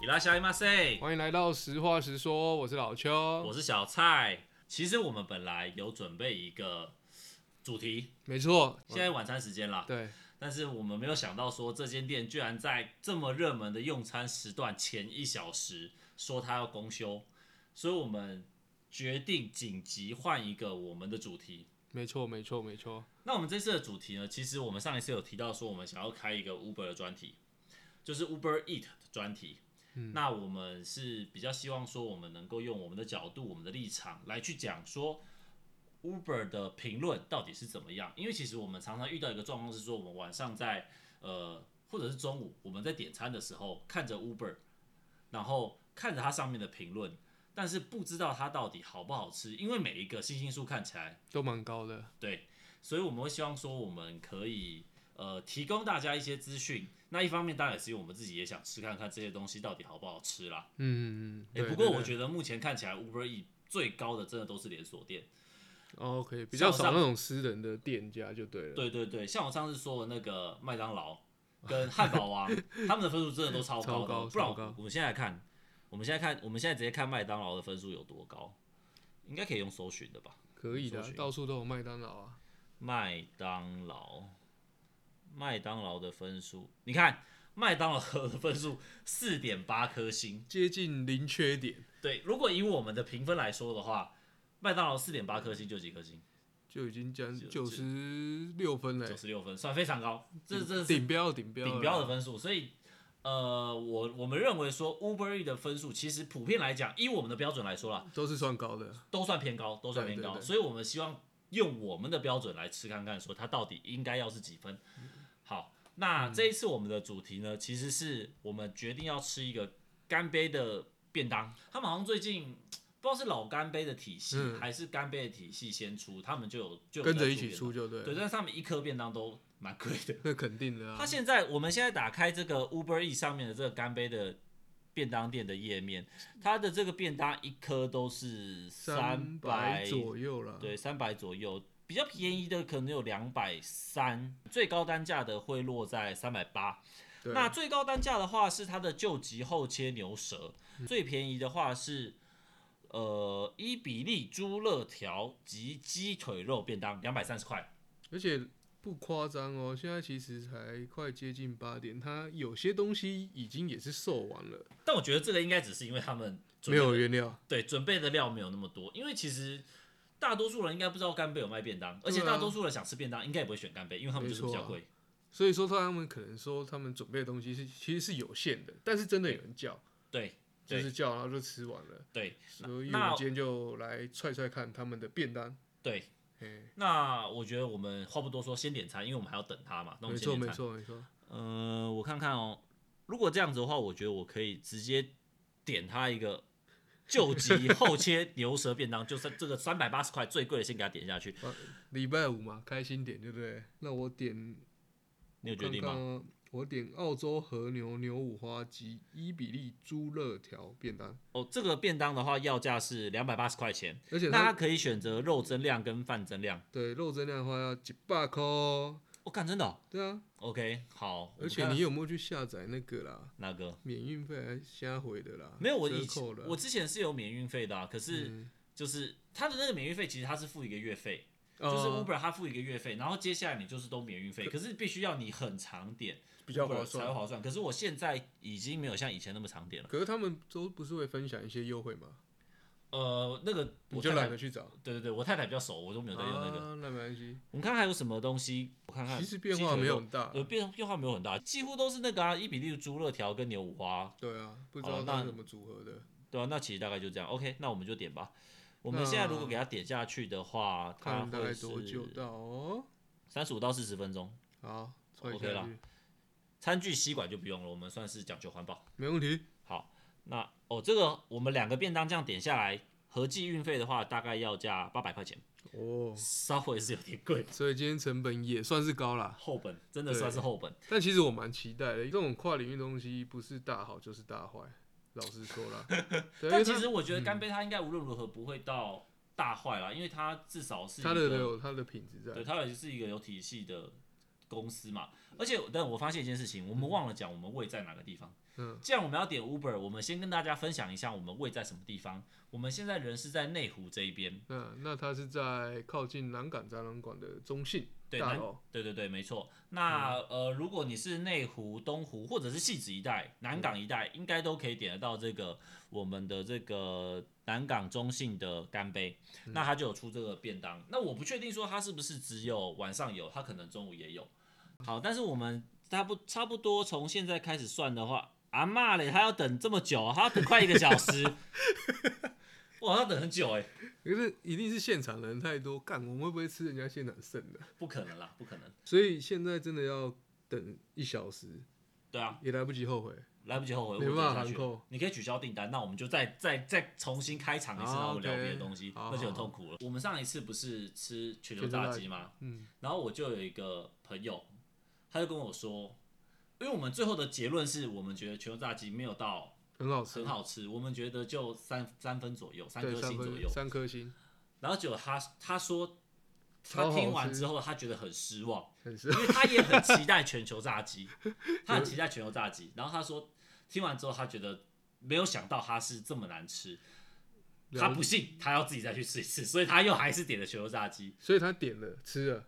伊拉夏伊马塞，欢迎来到实话实说，我是老邱，我是小蔡。其实我们本来有准备一个主题，没错，现在晚餐时间啦，嗯对，但是我们没有想到说这间店居然在这么热门的用餐时段前一小时说它要公休，所以我们决定紧急换一个我们的主题。没错，没错，没错，那我们这次的主题呢，其实我们上一次有提到说，我们想要开一个 Uber 的专题，就是 Uber Eat 的专题。那我们是比较希望说，我们能够用我们的角度、我们的立场来去讲说 Uber 的评论到底是怎么样。因为其实我们常常遇到一个状况是说，我们晚上在呃，或者是中午我们在点餐的时候，看着 Uber，然后看着它上面的评论，但是不知道它到底好不好吃，因为每一个星星数看起来都蛮高的，对，所以我们会希望说，我们可以呃提供大家一些资讯。那一方面当然也是因为我们自己也想吃看看这些东西到底好不好吃啦。嗯嗯嗯。哎、对不过对我对觉得目前看起来 Uber E 最高的真的都是连锁店。哦 OK，比较像少上那种私人的店家就对了，对对对，像我上次说的那个麦当 劳跟汉堡王，他们的分数真的都超高超的。高不然超高我们现在看，我们现在看，我们现在直接看麦当劳的分数有多高，应该可以用搜寻的吧？可以的搜啊，寻到处都有麦当劳啊，麦当劳，麦当劳的分数，你看麦当劳的分数四点八颗星。接近零缺点，对，如果以我们的评分来说的话，麦当劳四点八颗星就几颗星，就已经将就九十六分了九，十六分，算非常高，这这是顶标顶标顶标的了，分数。所以，呃，我我们认为说 Uber E 的分数，其实普遍来讲，以我们的标准来说啦，都是算高的，都算偏高，都算偏高。对对对所以我们希望用我们的标准来吃看看，说它到底应该要是几分。嗯好，那这一次我们的主题呢，其实是我们决定要吃一个干杯的便当。他们好像最近。不知道是老干杯的体系、嗯还是干杯的体系先出，他们就有就有跟在着一起便出就对当，对，了，但是他们一颗便当都蛮贵的。那肯定的啊它，现在我们现在打开这个 Uber E 上面的这个干杯的便当店的页面，它的这个便当一颗都是三百百左右了，对，三百左右，比较便宜的可能有两百三，最高单价的会落在三百八。对那最高单价的话是它的救急后切牛舌，嗯最便宜的话是呃伊比利猪肋条及鸡腿肉便当，两百三十块。而且不夸张哦，现在其实才快接近八点，它有些东西已经也是售完了，但我觉得这个应该只是因为他们没准备有原料，对，准备的料没有那么多，因为其实大多数人应该不知道干贝有卖便当，而且对啊大多数人想吃便当应该也不会选干贝，因为他们就是比较没错啊贵。所以说他们可能说他们准备的东西是其实是有限的，但是真的有人叫，对就对是叫然后就吃完了，对所以我那们今天就来踹踹看他们的便当，对，哎，那我觉得我们话不多说，先点餐，因为我们还要等他嘛。那我没们先错点没餐。错没错，呃，我看看哦，如果这样子的话，我觉得我可以直接点他一个救 急后切牛舌便当，就是这个三百八十块最贵的，先给他点下去。礼拜五嘛，开心点对不对？那我点你有决刚定吗？刚我点澳洲和牛牛五花及伊比利猪肋条便当，哦，这个便当的话，要价是两百八十块钱，而且那它它可以选择肉增量跟饭增量。对肉增量的话要一百块哦，我、看真的哦、对啊， OK，好。而且我你看有没有去下载那个啦？哪个免运费还瞎回的啦，没有？我以折前扣了啊。我之前是有免运费的、啊，可是嗯就是它的那个免运费，其实它是付一个月费，哦就是 Uber 它付一个月费，然后接下来你就是都免运费，可是必须要你很常点比较 Uber 划才会算。划算。可是我现在已经没有像以前那么常点了。可是他们都不是会分享一些优惠吗？呃，那个你我就太懒太得去找。对对对，我太太比较熟，我都没有在用那个。啊，那没关系。我们看看还有什么东西，我看看其实变化没有很大。呃变变化没有很大，几乎都是那个啊伊比利猪肋条跟牛五花对啊，不知好道了它那是怎么组合的。对啊，那其实大概就这样。OK，那我们就点吧。我们现在如果给它点下去的话，它嗯看大会概是多久到哦？三十五到四十分钟。好，踹哦 OK 下啦去，餐具、吸管就不用了，我们算是讲究环保。没问题。好，那哦，这个我们两个便当这样点下来，合计运费的话大概要价八百块钱， 哦，稍微是有点贵。所以今天成本也算是高啦。后本真的算是后本，但其实我蛮期待的，这种跨领域东西不是大好就是大坏，老实说 啦。对因但为其它嗯实我觉得干杯它应该无论如何不会到大坏啦，因为它至少是一它的个有它的品质在对，。它也是一个有体系的公司嘛。而且，但我发现一件事情，我们忘了讲我们位在哪个地方。嗯既然我们要点 Uber，我们先跟大家分享一下我们位在什么地方。我们现在人是在内湖这一边，那那它是在靠近南港展览馆的中信对大南楼，对对对，没错。那、嗯呃，如果你是内湖、东湖或者是戏子一带、南港一带，应该都可以点得到这个我们的这个南港中信的干杯。嗯那它就有出这个便当。那我不确定说它是不是只有晚上有，它可能中午也有。好，但是我们差不差不多从现在开始算的话，阿妈嘞，他要等这么久，他要等快一个小 时，哇，他等很久哎、可是一定是现场人太多，干我们会不会吃人家现场剩的？不可能啦，不可能。所以现在真的要等一小时，对啊，也来不及后悔。来不及后悔，没我办法下函去扣。你可以取消订单，那我们就再再再重新开场一次，啊然后聊 OK，别的东西，好那就很好痛苦了。我们上一次不是吃全全牛牛炸炸鸡吗？嗯，然后我就有一个朋友，他就跟我说，因为我们最后的结论是我们觉得全牛炸鸡没有到很好吃很，好吃，我们觉得就三三分左右，三对，颗三星左右分。三颗星，然后结果他他说。超他好听完吃之后，他觉得很失望，很是因为他也很期待全球炸鸡，他很期待全球炸鸡。然后他说，听完之后他觉得没有想到它是这么难吃，了他不信，他要自己再去吃一次，所以他又还是点了全球炸鸡。所以他点了吃了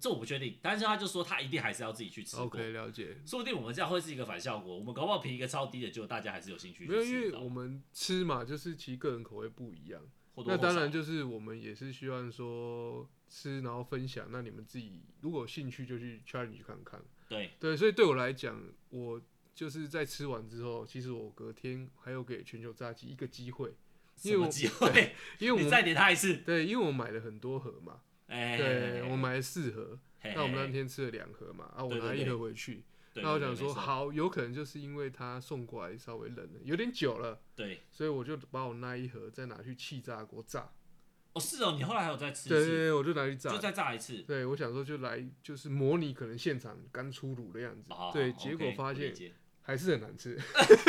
这我不确定，但是他就说他一定还是要自己去吃过。 ，OK，了解。说不定我们这样会是一个反效果，我们搞不好评一个超低的，结果大家还是有兴趣去没有，吃因为到我们吃嘛，就是其实个人口味不一样。或多那或当少然就是我们也是希望说吃，然后分享。那你们自己如果有兴趣就去 challenge 看看。对对，所以对我来讲，我就是在吃完之后，其实我隔天还有给全球炸鸡一个 机会， 什因为么我机会，因为 我你们再点他一次。对，因为我买了很多盒嘛，哎，对我买了四盒，嘿那我们嘿那天吃了两盒嘛，啊，我对对拿一对盒回去，对那我对想对说没错好，有可能就是因为它送过来稍微冷了，有点久了，对所以我就把我那一盒再拿去气炸锅炸，哦是哦，你后来还有再吃对一对次，对，我就拿去炸就，再炸一次。对，我想说就来就是模拟可能现场刚出炉的样子好好，好对，结果啊 OK，发我理现解还是很难吃。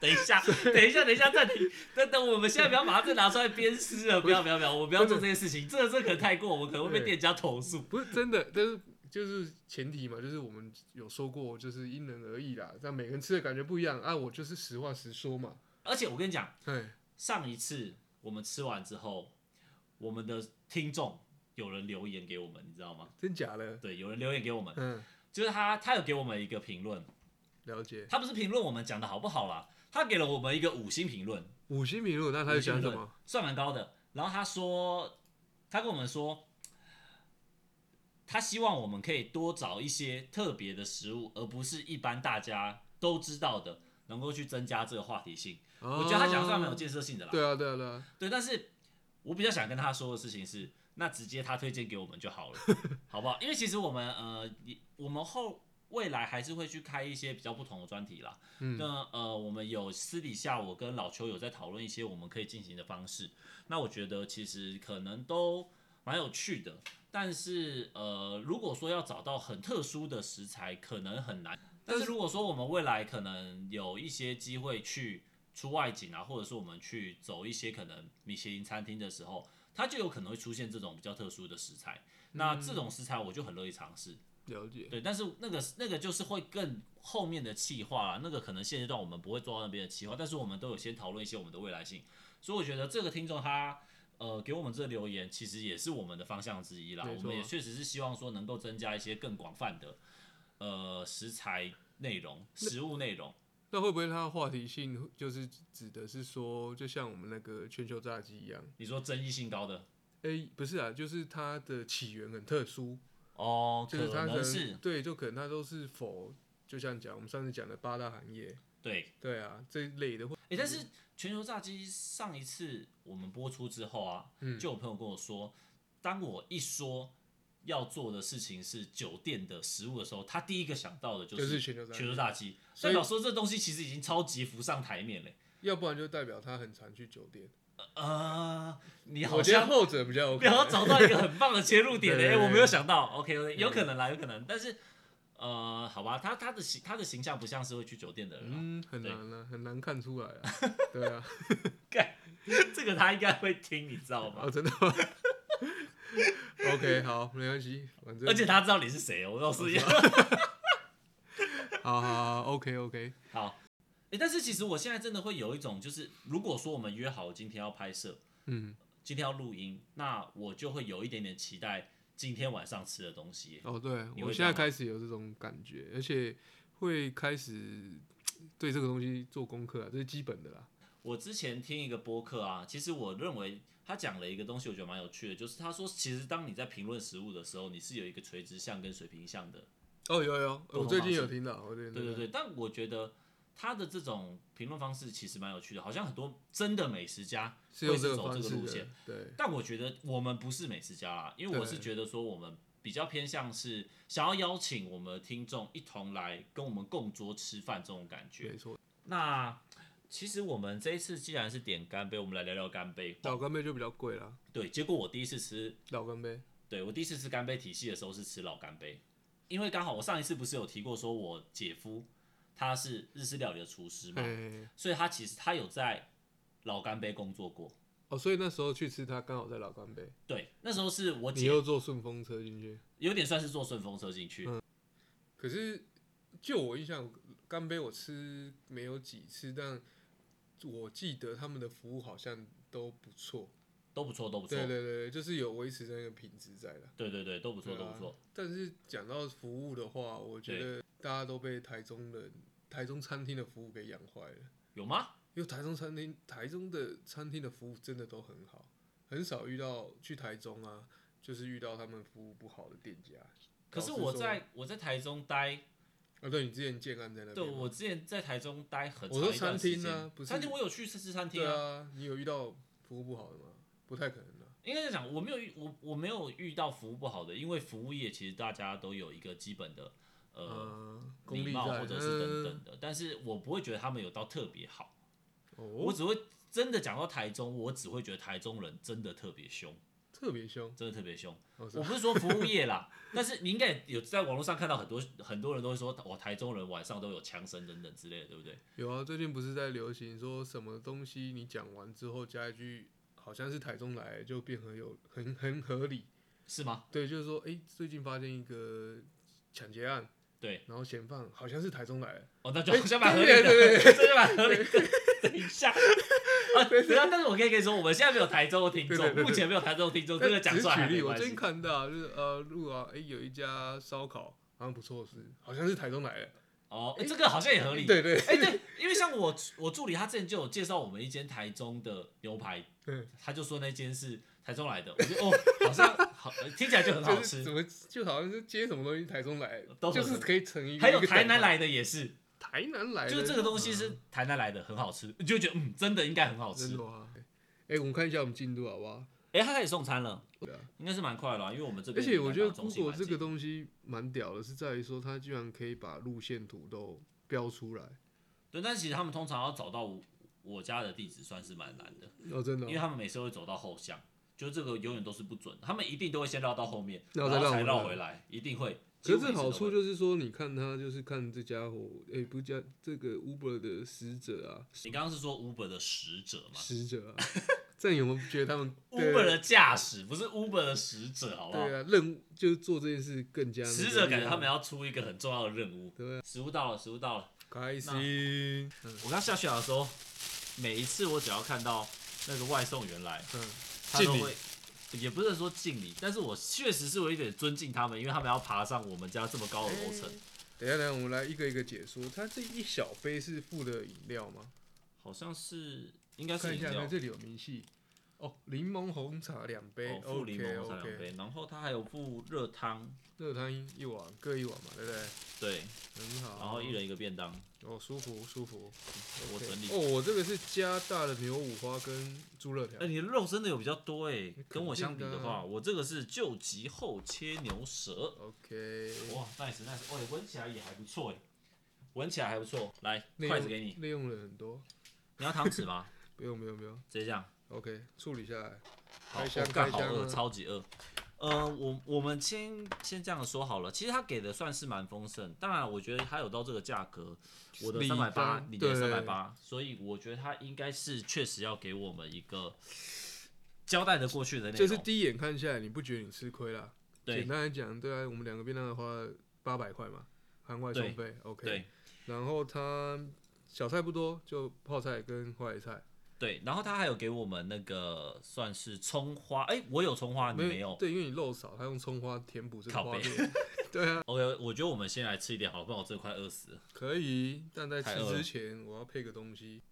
等一下， 等一下，等一下，暂停，等等，我们现在不要把它再拿出来鞭尸了，不要，不要，不要，我不要做这件事情，这这可能太过，我可能会被对店家投诉。不是真的，但是就是前提嘛，就是我们有说过，就是因人而异啦，但每个人吃的感觉不一样啊。我就是实话实说嘛，而且我跟你讲，对，上一次我们吃完之后，我们的听众有人留言给我们，你知道吗？真假的，对，有人留言给我们，嗯，就是他，他有给我们一个评论，了解。他不是评论我们讲的好不好啦，他给了我们一个五星评论，五星评论，那他就讲什五星评论么？算蛮高的。然后他说，他跟我们说，他希望我们可以多找一些特别的食物，而不是一般大家都知道的，能够去增加这个话题性。我觉得他讲的算蛮有哦建设性的啦。对啊，对啊，对啊，对，但是我比较想跟他说的事情是，那直接他推荐给我们就好 了，好不好？因为其实我们呃，也我们后未来还是会去开一些比较不同的专题啦。嗯那呃，我们有私底下我跟老邱有在讨论一些我们可以进行的方式。那我觉得其实可能都蛮有趣的，但是呃，如果说要找到很特殊的食材，可能很难。但是如果说我们未来可能有一些机会去出外景啊，或者是我们去走一些可能米其林餐厅的时候，它就有可能会出现这种比较特殊的食材。那这种食材我就很乐意尝试，了解。对。但是那个那个就是会更后面的企划啦，那个可能现阶段我们不会做到那边的企划，但是我们都有先讨论一些我们的未来性。所以我觉得这个听众他呃给我们这个留言，其实也是我们的方向之一啦。没错我们也确实是希望说能够增加一些更广泛的呃食材内容、食物内容。那会不会他的话题性就是指的是说，就像我们那个全球炸鸡一样？你说争议性高的诶，不是啊，就是它的起源很特殊，哦，就是它可能能是对，就可能它都是否，就像讲我们上次讲的八大行业，对。对啊，这一类的或哎、但是全球炸鸡上一次我们播出之后啊，就有朋友跟我说，当我一说要做的事情是酒店的食物的时候，他第一个想到的就就是是全球炸鸡全球炸鸡，所代以表说这东西其实已经超级浮上台面嘞。要不然就代表他很常去酒店。呃，你好我觉得像后者比较 OK 你。好像找到一个很棒的切入点嘞、对对诶对我没有想到，OK，有可能啦，有可能，但是。呃，好吧，他他的形他的形象不像是会去酒店的人啊、嗯，很对难啊，很难看出来 啊。对啊，这个他应该会听，你知道吗？ 哦，真的吗？OK，好，没关系，反正而且他知道你是谁哦，我告诉你。好好好，OK OK。好，诶，但是其实我现在真的会有一种，就是如果说我们约好今天要拍摄，嗯，今天要录音，那我就会有一点点期待今天晚上吃的东西耶。哦，对你会我这现样在吗开始有这种感觉，而且会开始对这个东西做功课啊，这是基本的啦。我之前听一个播客啊，其实我认为他讲了一个东西，我觉得蛮有趣的，就是他说，其实当你在评论食物的时候，你是有一个垂直向跟水平向的。哦，有有，同我最方近有式听到，我最近对对对，但我觉得他的这种评论方式其实蛮有趣的，好像很多真的美食家是用会这是个走方这个式路的线，，对，但我觉得我们不是美食家啦，因为我是对觉得说我们比较偏向是想要邀请我们的听众一同来跟我们共桌吃饭这种感觉没。错。那其实我们这一次既然是点干杯，我们来聊聊干杯。老干杯就比较贵啦，对，结果我第一次吃，老干杯，对我第一次吃干杯体系的时候是吃老干杯，因为刚好我上一次不是有提过说我姐夫他是日式料理的厨师嘛，哎，所以他其实他有在老干杯工作过。哦，所以那时候去吃它刚好在老干杯，对，那时候是我你姐又嗯坐顺风车进去。有点算是坐顺风车进去，可是就我印象，干杯我吃没有几次，但我记得他们的服务好像都不错。都不错，都不错。对对对，就是有维持那个品质在的。对对对，都不错，对都啊不错。但是讲到服务的话，我觉得大家都被台中人、台中餐厅的服务给养坏了。有吗？因为台中餐厅、台中的餐厅的服务真的都很好，很少遇到去台中啊，就是遇到他们服务不好的店家。可是老实我说在我在台中待，啊，对你之前建安在那对边嘛，我之前在台中待很长啊我说一段时餐厅啊间不是餐厅我有去吃吃餐厅对啊，啊，你有遇到服务不好的吗？不太可能啊。应该是讲我没有遇我我没有遇到服务不好的，因为服务业其实大家都有一个基本的呃嗯，功礼力貌在，或者是等嗯。等的，但是我不会觉得他们有到特别好，我哦，只会真的讲到台中，我只会觉得台中人真的特别凶，特别凶。真的特别凶。哦，是我不是说服务业啦， 但是你应该也有在网络上看到很多很多人都会说，哇，台中人晚上都有枪声等等之类的，对不对？有啊，最近不是在流行说什么东西你讲完之后加一句，好像是台中来的就变很有很很合理。是吗？对，就是说，哎、最近发现一个抢劫案，对，然后嫌犯好像是台中来的，哦，那就好像蛮合理的， 这就蛮合理的。等一下。啊，对啊，但是我可以跟你说，我们现在没有台州的听对众对，对对目前没有台州的听众，这但个讲只出是来举还没例，我关最近系。看到就是呃，路啊，哎、有一家烧烤好像不错是，好像是台中来的，哦，诶这个好像也合理。哎对对哎，对，因为像我我助理他之前就有介绍我们一间台中的牛排，对，他就说那间是台中来的，我就哦，好像好听起来就很好就是吃怎。么就好像是接什么东西台中来的，都很就是可以成一个还有一个台南梗嘛，来的也是，台南来的，就是这个东西是台南来的，很好吃，你就觉得嗯，真的应该很好真吃 的。啊。哎、我们看一下我们进度好不好？ 哎，他开始送餐了对啊，应该是蛮快了啊，因为我们这而边且我觉得离南港中心 Google 蛮这近个东西蛮屌的，是在于说它居然可以把路线图都标出来。对，但是其实他们通常要找到我我家的地址算是蛮难的，哦，真的因哦、为他们每次会走到后巷，就这个永远都是不准的，他们一定都会先绕到后面，然后然再后绕才回绕来回来，一定会。几可是乎这每次好都处会就是说，你看他就是看这家伙，哎、不加这个 Uber 的使者啊，你刚刚是说 Uber 的使者嘛使者啊，这样有没有觉得 他们对啊？Uber 的驾驶不是 Uber 的使者，好不好对？啊任务就是做这件事更加使者感觉他们要出一个很重要的任务。啊对，食物到了，食物到了。开心，嗯我刚下去的时候，每一次我只要看到那个外送员来，嗯，他都敬礼会，也不是说敬礼，但是我确实是有一点尊敬他们，因为他们要爬上我们家这么高的楼层，哎等一下等一下，我们来一个一个解说。它这一小杯是附的饮料吗？好像是应该是看一饮下，料看，这里有明细哦，柠檬红茶两杯哦，附柠檬哎 OK 红茶两 OK，杯，然后它还有附热汤，热汤一碗各一碗嘛，对不对？对，很好，然后一人一个便当，哦，舒服舒服。我 OK 整理。哦，我这个是加大的牛五花跟猪热条哎，。你的肉真的有比较多哎肯，跟我相比定的的啊话，我这个是救急后切牛舌， OK，哇，nice nice，哦，闻起来也还不错哎，闻起来还不错，来，内筷用子给你，内用了很多，你要汤匙吗？不用不用不用 直接这样。 ，OK，处理下来。好，开箱我干开好箱饿，啊超级饿。呃，我我们先先这样说好了，其实他给的算是蛮丰盛，当然我觉得他有到这个价格，我的礼三百八，单你的三对百八，所以我觉得他应该是确实要给我们一个交代的过去的内容，就是第一眼看下来，你不觉得你吃亏啦？对简单来讲，对啊，我们两个便当的话八百块嘛，含外送费，OK。对然后它小菜不多，就泡菜跟花椰菜。对，然后他还有给我们那个算是葱花，哎、我有葱花，你没有？对，因为你肉少，他用葱花填补这个靠花背面。对啊， OK，我觉得我们先来吃一点好了，不然我真的快饿死了。可以。但在太吃饿了之前，我要配个东西。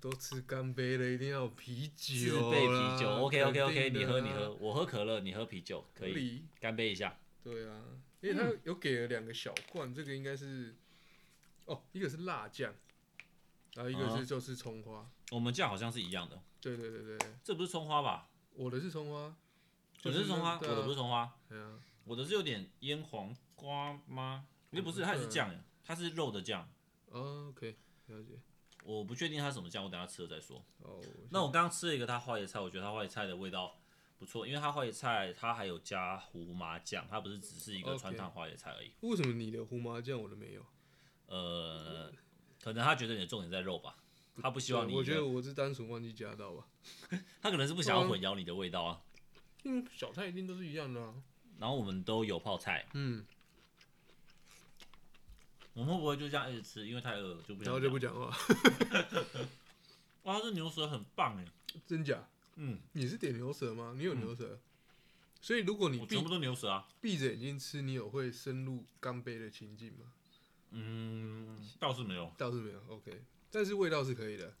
都吃干杯了，一定要有啤自酒啦。备啤酒，OK OK OK，肯定你的喝啦你喝，。我喝可乐，你喝啤酒，可合以，理干杯一下。对啊，因为他有给了两个小罐，这个应该是，哦，一个是辣酱，然后一个啊是就是葱花。我们酱好像是一样的，对对对对，这不是葱花吧？我的是葱花，我的是葱花，我的不是是葱花，那。对啊，我的是有点腌黄瓜吗？也不是，它也是酱耶，它是肉的酱，哦，OK，了解。我不确定它是什么酱，我等下吃了再说。哦，我那我刚刚吃了一个它花椰菜，我觉得它花椰菜的味道不错，因为它花椰菜它还有加胡麻酱，它不是只是一个 OK 川烫花椰菜而已。为什么你的胡麻酱我的没有？呃，可能他觉得你的重点在肉吧，他不希望你对我觉的得我是单纯忘记加到吧，他可能是不想要混淆你的味道啊。因为小菜一定都是一样的啊。然后我们都有泡菜，嗯，我们会不会就这样一直吃？因为太饿了就不然想后讲就不。讲话， 哇，这牛舌很棒哎，真假？嗯，你是点牛舌吗？你有牛舌，所以如果你我闭全部都牛舌啊。闭着眼睛吃，你有会深入干杯的情境吗？嗯，倒是没有。倒是没有，OK，但是味道是可以的。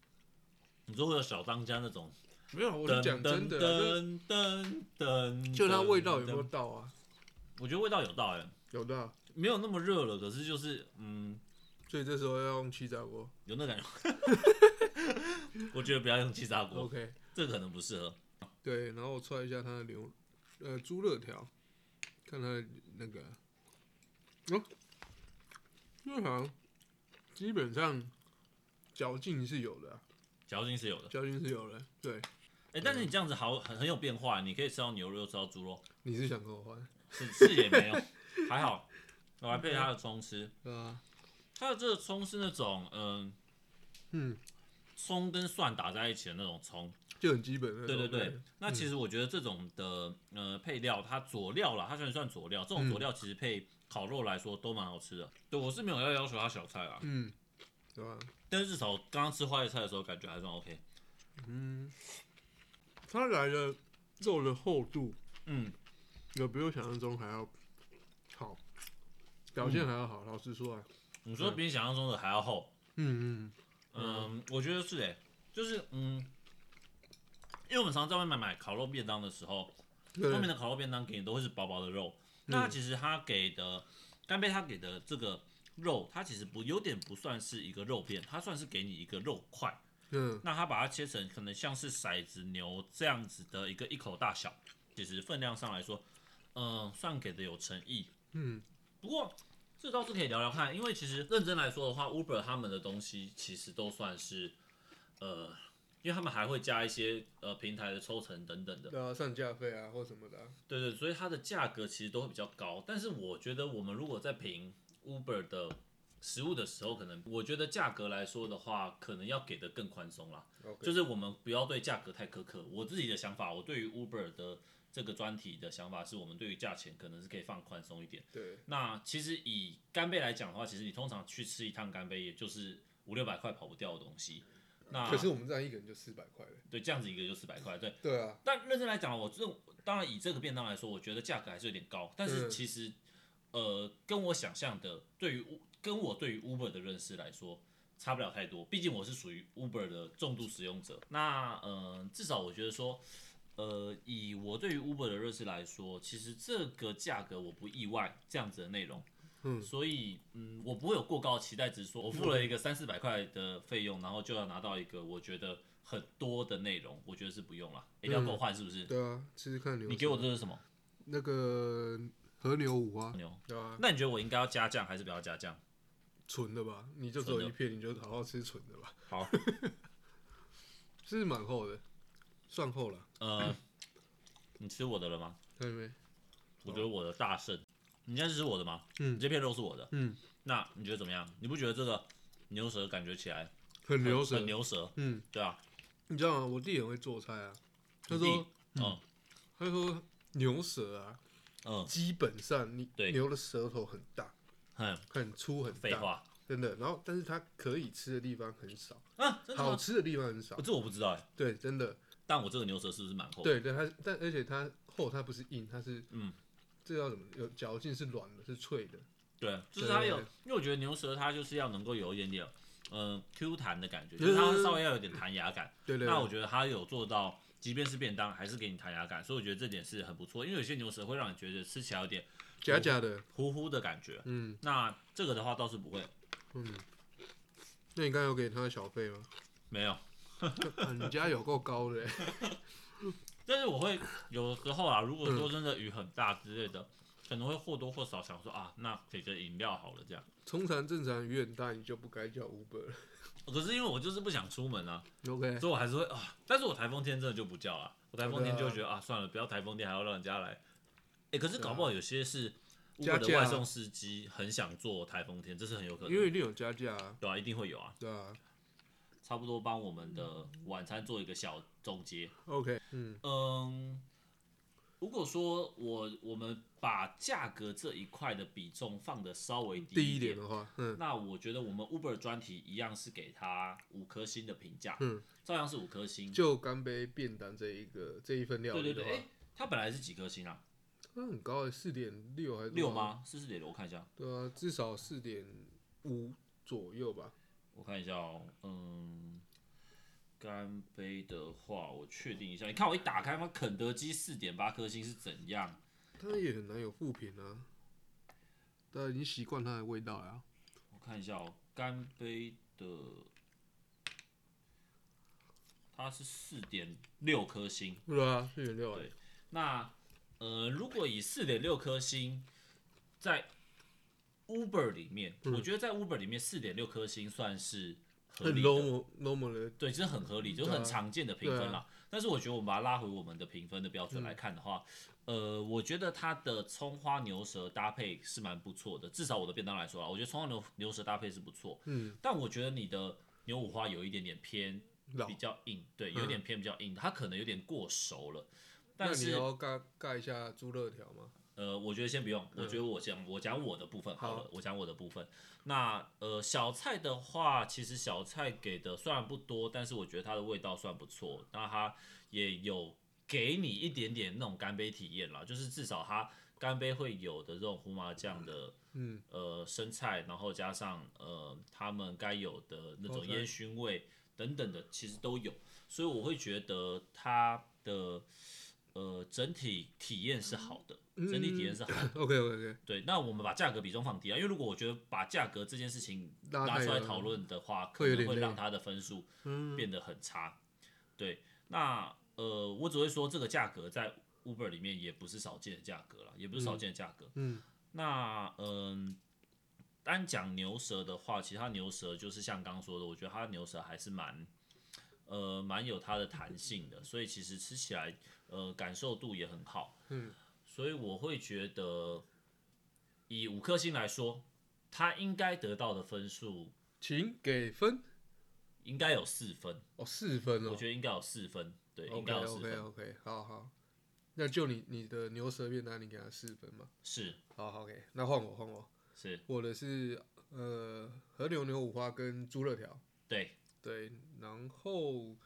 你说会有小当家那种，没有，我噔是讲真的啊，噔噔噔，就就它噔味道有没有噔？到啊？我觉得味道有到哎，有到，没有那么热了，可是就是嗯，所以这时候要用气炸锅。有那感 觉。我觉得不要用气炸锅， OK，这个可能不适合。对，然后我踹一下它的牛，呃，猪肋条，看它的那个，哦，猪肋条基本上嚼劲是有的啊、嚼劲是有的。嚼劲是有的。对，啊哎、但是你这样子好很很有变化，你可以吃到牛肉，又吃到猪肉，你是想跟我换？是是也没有， 还好，我还配它的葱吃，对啊，它的这个葱是那种嗯嗯，葱跟蒜打在一起的那种葱，就很基本的。对对对。那其实我觉得这种的呃配料，它佐料啦，它虽然算佐料，这种佐料其实配烤肉来说都蛮好吃的。对我是没有要要求它小菜啦，嗯，对吧、但是至少刚刚吃花椰菜的时候感觉还算 OK。嗯，它来的肉的厚度。嗯，有比我想象中还要好，表嗯现还要好。老实说啊，你说比你想象中的还要厚，嗯嗯，嗯，我觉得是诶、就是嗯，因为我们常常在外面买烤肉便当的时候，对外面的烤肉便当给你都会是薄薄的肉，那它其实它给的干贝它给的这个肉，它其实不有点不算是一个肉片，它算是给你一个肉块，嗯，那它把它切成可能像是骰子牛这样子的一个一口大小，其实分量上来说，嗯，算给的有诚意，嗯，不过这倒是可以聊聊看，因为其实认真来说的话，Uber 他们的东西其实都算是，呃，因为他们还会加一些呃平台的抽成等等的，对啊，上架费啊或什么的啊、对对，所以它的价格其实都会比较高。但是我觉得我们如果在评 Uber 的食物的时候，可能我觉得价格来说的话，可能要给的更宽松啦。 OK 就是我们不要对价格太苛刻。我自己的想法，我对于 Uber 的这个专题的想法是，我们对于价钱可能是可以放宽松一点。对，那其实以干贝来讲的话，其实你通常去吃一趟干贝，也就是五六百块跑不掉的东西。那可是我们这样一个人就四百块了。对这样子一个就四百块，对。对啊，但认真来讲，我这当然以这个便当来说，我觉得价格还是有点高。但是嗯其实，呃，跟我想象的对于 U- 跟我对于 Uber 的认识来说，差不了太多。毕竟我是属于 Uber 的重度使用者。那呃，至少我觉得说，呃，以我对于 Uber 的认识来说，其实这个价格我不意外这样子的内容。嗯所以嗯，我不会有过高的期待，只是说我付了一个三四百块的费用，然后就要拿到一个我觉得很多的内容，我觉得是不用了，一定要够换是不是？嗯对啊，吃吃看牛舌。你给我这是什么那个和牛五花，牛？对啊，那你觉得我应该要加酱还是不要加酱？纯的吧？你就只有纯一的片，你就好好吃纯的吧。好，是蛮厚的，算厚了，呃，你吃我的了吗？看到没？我觉得我的大胜。你现在是吃我的吗？嗯你这片肉是我的。嗯，那你觉得怎么样？你不觉得这个牛舌感觉起来很很牛舌很。牛舌，嗯，对啊。你知道吗？我弟很会做菜啊，他你说弟，嗯他说牛舌啊，嗯，基本上你对牛的舌头很大，很很粗很大。废话，真的。然后，但是它可以吃的地方很少，啊，真的好吗？吃的地方很少哦。这我不知道哎、对，真的，但我这个牛舌是不是蛮厚？，对对，它但而且它厚，它不是硬，它是嗯，这叫什么？有嚼劲，是软的，是脆的。对，就是它有对，因为我觉得牛舌它就是要能够有一点点，嗯、q 弹的感觉，嗯就是它稍微要有点弹牙感。对对那我对，觉得它有做到，即便是便当还是给你弹牙感，所以我觉得这点是很不错。因为有些牛舌会让你觉得吃起来有点假假的，糊糊的感觉，嗯那这个的话倒是不会，嗯。那你刚才有给他小费吗？ 没有。啊你家有够高的、欸，但是我会有时候啊，如果说真的雨很大之类的，可能会或多或少想说啊，那给个饮料好了这样。通常正常鱼很大，你就不该叫 Uber 了。可是因为我就是不想出门啊， OK，所以我还是会啊。但是我台风天真的就不叫啊，我台风天就会觉得啊，算了，不要台风天还要让人家来。哎、可是搞不好有些是我啊加价啊的外送司机很想做台风天，这是很有可能因的。为一定有加价啊，对啊，一定会有啊。对啊。差不多帮我们的晚餐做一个小总结。 OK，嗯，嗯，如果说我我们把价格这一块的比重放的稍微第低一一点点，的话，嗯，那我觉得我们 Uber 专题一样是给它五颗星的评价，嗯，照样是五颗星。就干杯便当这一个这一份料对理对的对，话，哎、它本来是几颗星啊？那很高、欸，四点六还是多六少？吗？是四点六，我看一下，对啊，至少四点五左右吧。我看一下哦，嗯。干杯的话，我确定一下。你看我一打开吗？肯德基四点八颗星是怎样？它也很难有负评啊，大家啊已经习惯它的味道了啊。我看一下哦，干杯的，它是四点六颗星。对啊，四点六啊对，那呃，如果以四点六颗星在 Uber 里面，我觉得在 Uber 里面四点六颗星算是合很理的， normal normal 的，对，这是很合理，啊就是很常见的评分啦。但是我觉得我们把它拉回我们的评分的标嗯准来看的话，呃，我觉得它的葱花牛舌搭配是蛮不错的，至少我的便当来说啊，我觉得葱花牛牛舌搭配是不错。嗯，但我觉得你的牛五花有一点点偏老嗯比。较硬，对，有点偏比较硬，它可能有点过熟了。那但你是要盖盖一下猪肋条吗？呃，我觉得先不用，我觉得我讲我讲我的部分好了，我讲我的部分。那呃，小菜的话，其实小菜给的虽然不多，但是我觉得它的味道算不错，那它也有给你一点点那种干杯体验啦，就是至少它干杯会有的这种胡麻酱的，嗯，呃，生菜，然后加上呃他们该有的那种 OK 烟熏味等等的，其实都有，所以我会觉得它的呃整体体验是好的，嗯整体体验是好的。 OK OK OK，对，那我们把价格比重放低啊，因为如果我觉得把价格这件事情拉拿太出来远讨论嗯的话，可会有能点会累嗯让它的分数变得很差。对，那呃，我只会说这个价格在 Uber 里面也不是少见的价格了，也不是少见的价格。嗯，那嗯、单讲牛舌的话，其实它牛舌就是像刚刚说的，我觉得它牛舌还是蛮。呃，蛮有它的弹性的，所以其实吃起来，呃，感受度也很好。嗯，所以我会觉得，以五颗星来说，它应该得到的分数请给分应该有四分，哦，四分哦。我觉得应该有四分，对，应 OK 该有四 OK 分， OK，好好。那就你你的牛舌便当，你给他四分嘛。是好哦好 OK，那换我换我，是，我的是呃和牛牛五花跟猪肋条，对，对，然后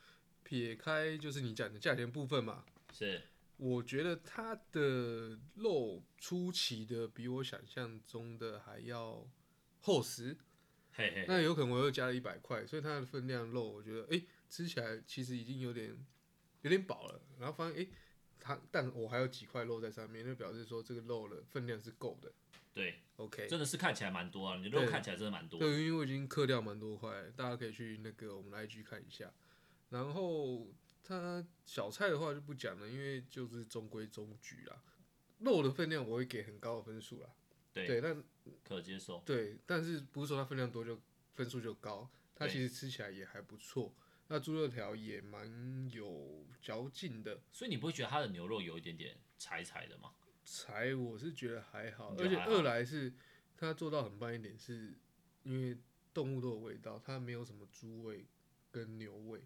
撇开就是你讲的价钱部分嘛，是我觉得它的肉出奇的比我想象中的还要厚实，嘿嘿，那有可能我又加了一百块，所以它的分量肉，我觉得诶吃起来其实已经有点有点饱了，然后发现诶它但我还有几块肉在上面，就表示说这个肉的分量是够的。对， OK，真的是看起来蛮多啊，你肉对看起来真的蛮多，对，因为我已经刻掉蛮多块了，大家可以去那个我们的 IG 看一下。然后它小菜的话就不讲了，因为就是中规中矩啦。肉的分量我会给很高的分数啦，对对，但可接受，对，但是不是说它分量多就分数就高，它对其实吃起来也还不错。那猪肉条也蛮有嚼劲的，所以你不会觉得它的牛肉有一点点柴柴的吗？柴我是觉得还好，你觉而得且还好二来是它做到很棒一点，是因为动物都有味道，它没有什么猪味跟牛 味，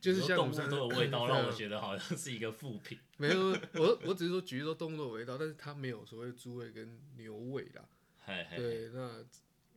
就是你说像我动们上物次都有味 道，让我对啊觉得好像是一个副品，没有，我我只是说举例说动物都有味道，但是它没有所谓猪味跟牛味啦。嘿嘿，嘿对，那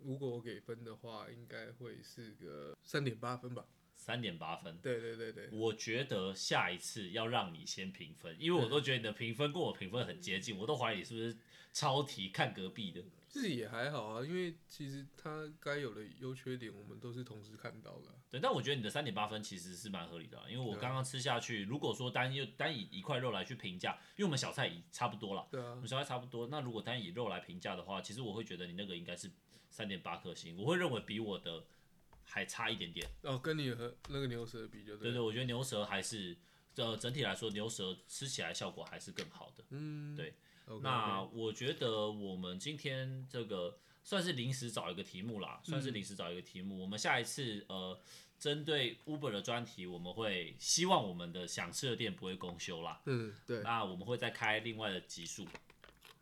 如果我给分的话，应该会是个三点八分吧。三点八分。对对对对，我觉得下一次要让你先评分，因为我嗯都觉得你的评分跟我评分很接近，我都怀疑你是不是抄题看隔壁的。自己也还好啊，因为其实它该有的优缺点，我们都是同时看到的啊。对，但我觉得你的三点八分其实是蛮合理的啊、因为我刚刚吃下去，如果说单一单以一块肉来去评价，因为我们小菜也差不多啦，对啊我，们小菜差不多，那如果单以肉来评价的话，其实我会觉得你那个应该是三点八颗星，我会认为比我的还差一点点。哦，跟你和那个牛舌比就对对，对了。我觉得牛舌还是，呃，整体来说牛舌吃起来效果还是更好的。嗯，对 OK，OK。那我觉得我们今天这个算是临时找一个题目啦，算是临时找一个题目。我们下一次呃，针对 Uber 的专题，我们会希望我们的想吃的店不会公休啦。嗯，对，那我们会再开另外的集数，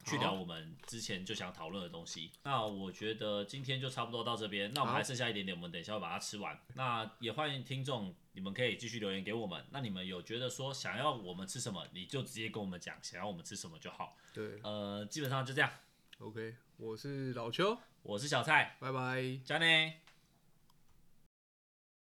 去聊我们之前就想讨论的东西。那我觉得今天就差不多到这边，那我们好还剩下一点点，我们等一下会把它吃完。那也欢迎听众，你们可以继续留言给我们。那你们有觉得说想要我们吃什么，你就直接跟我们讲想要我们吃什么就好。对呃，基本上就这样。 ，OK，我是老邱，我是小蔡，拜拜。加内。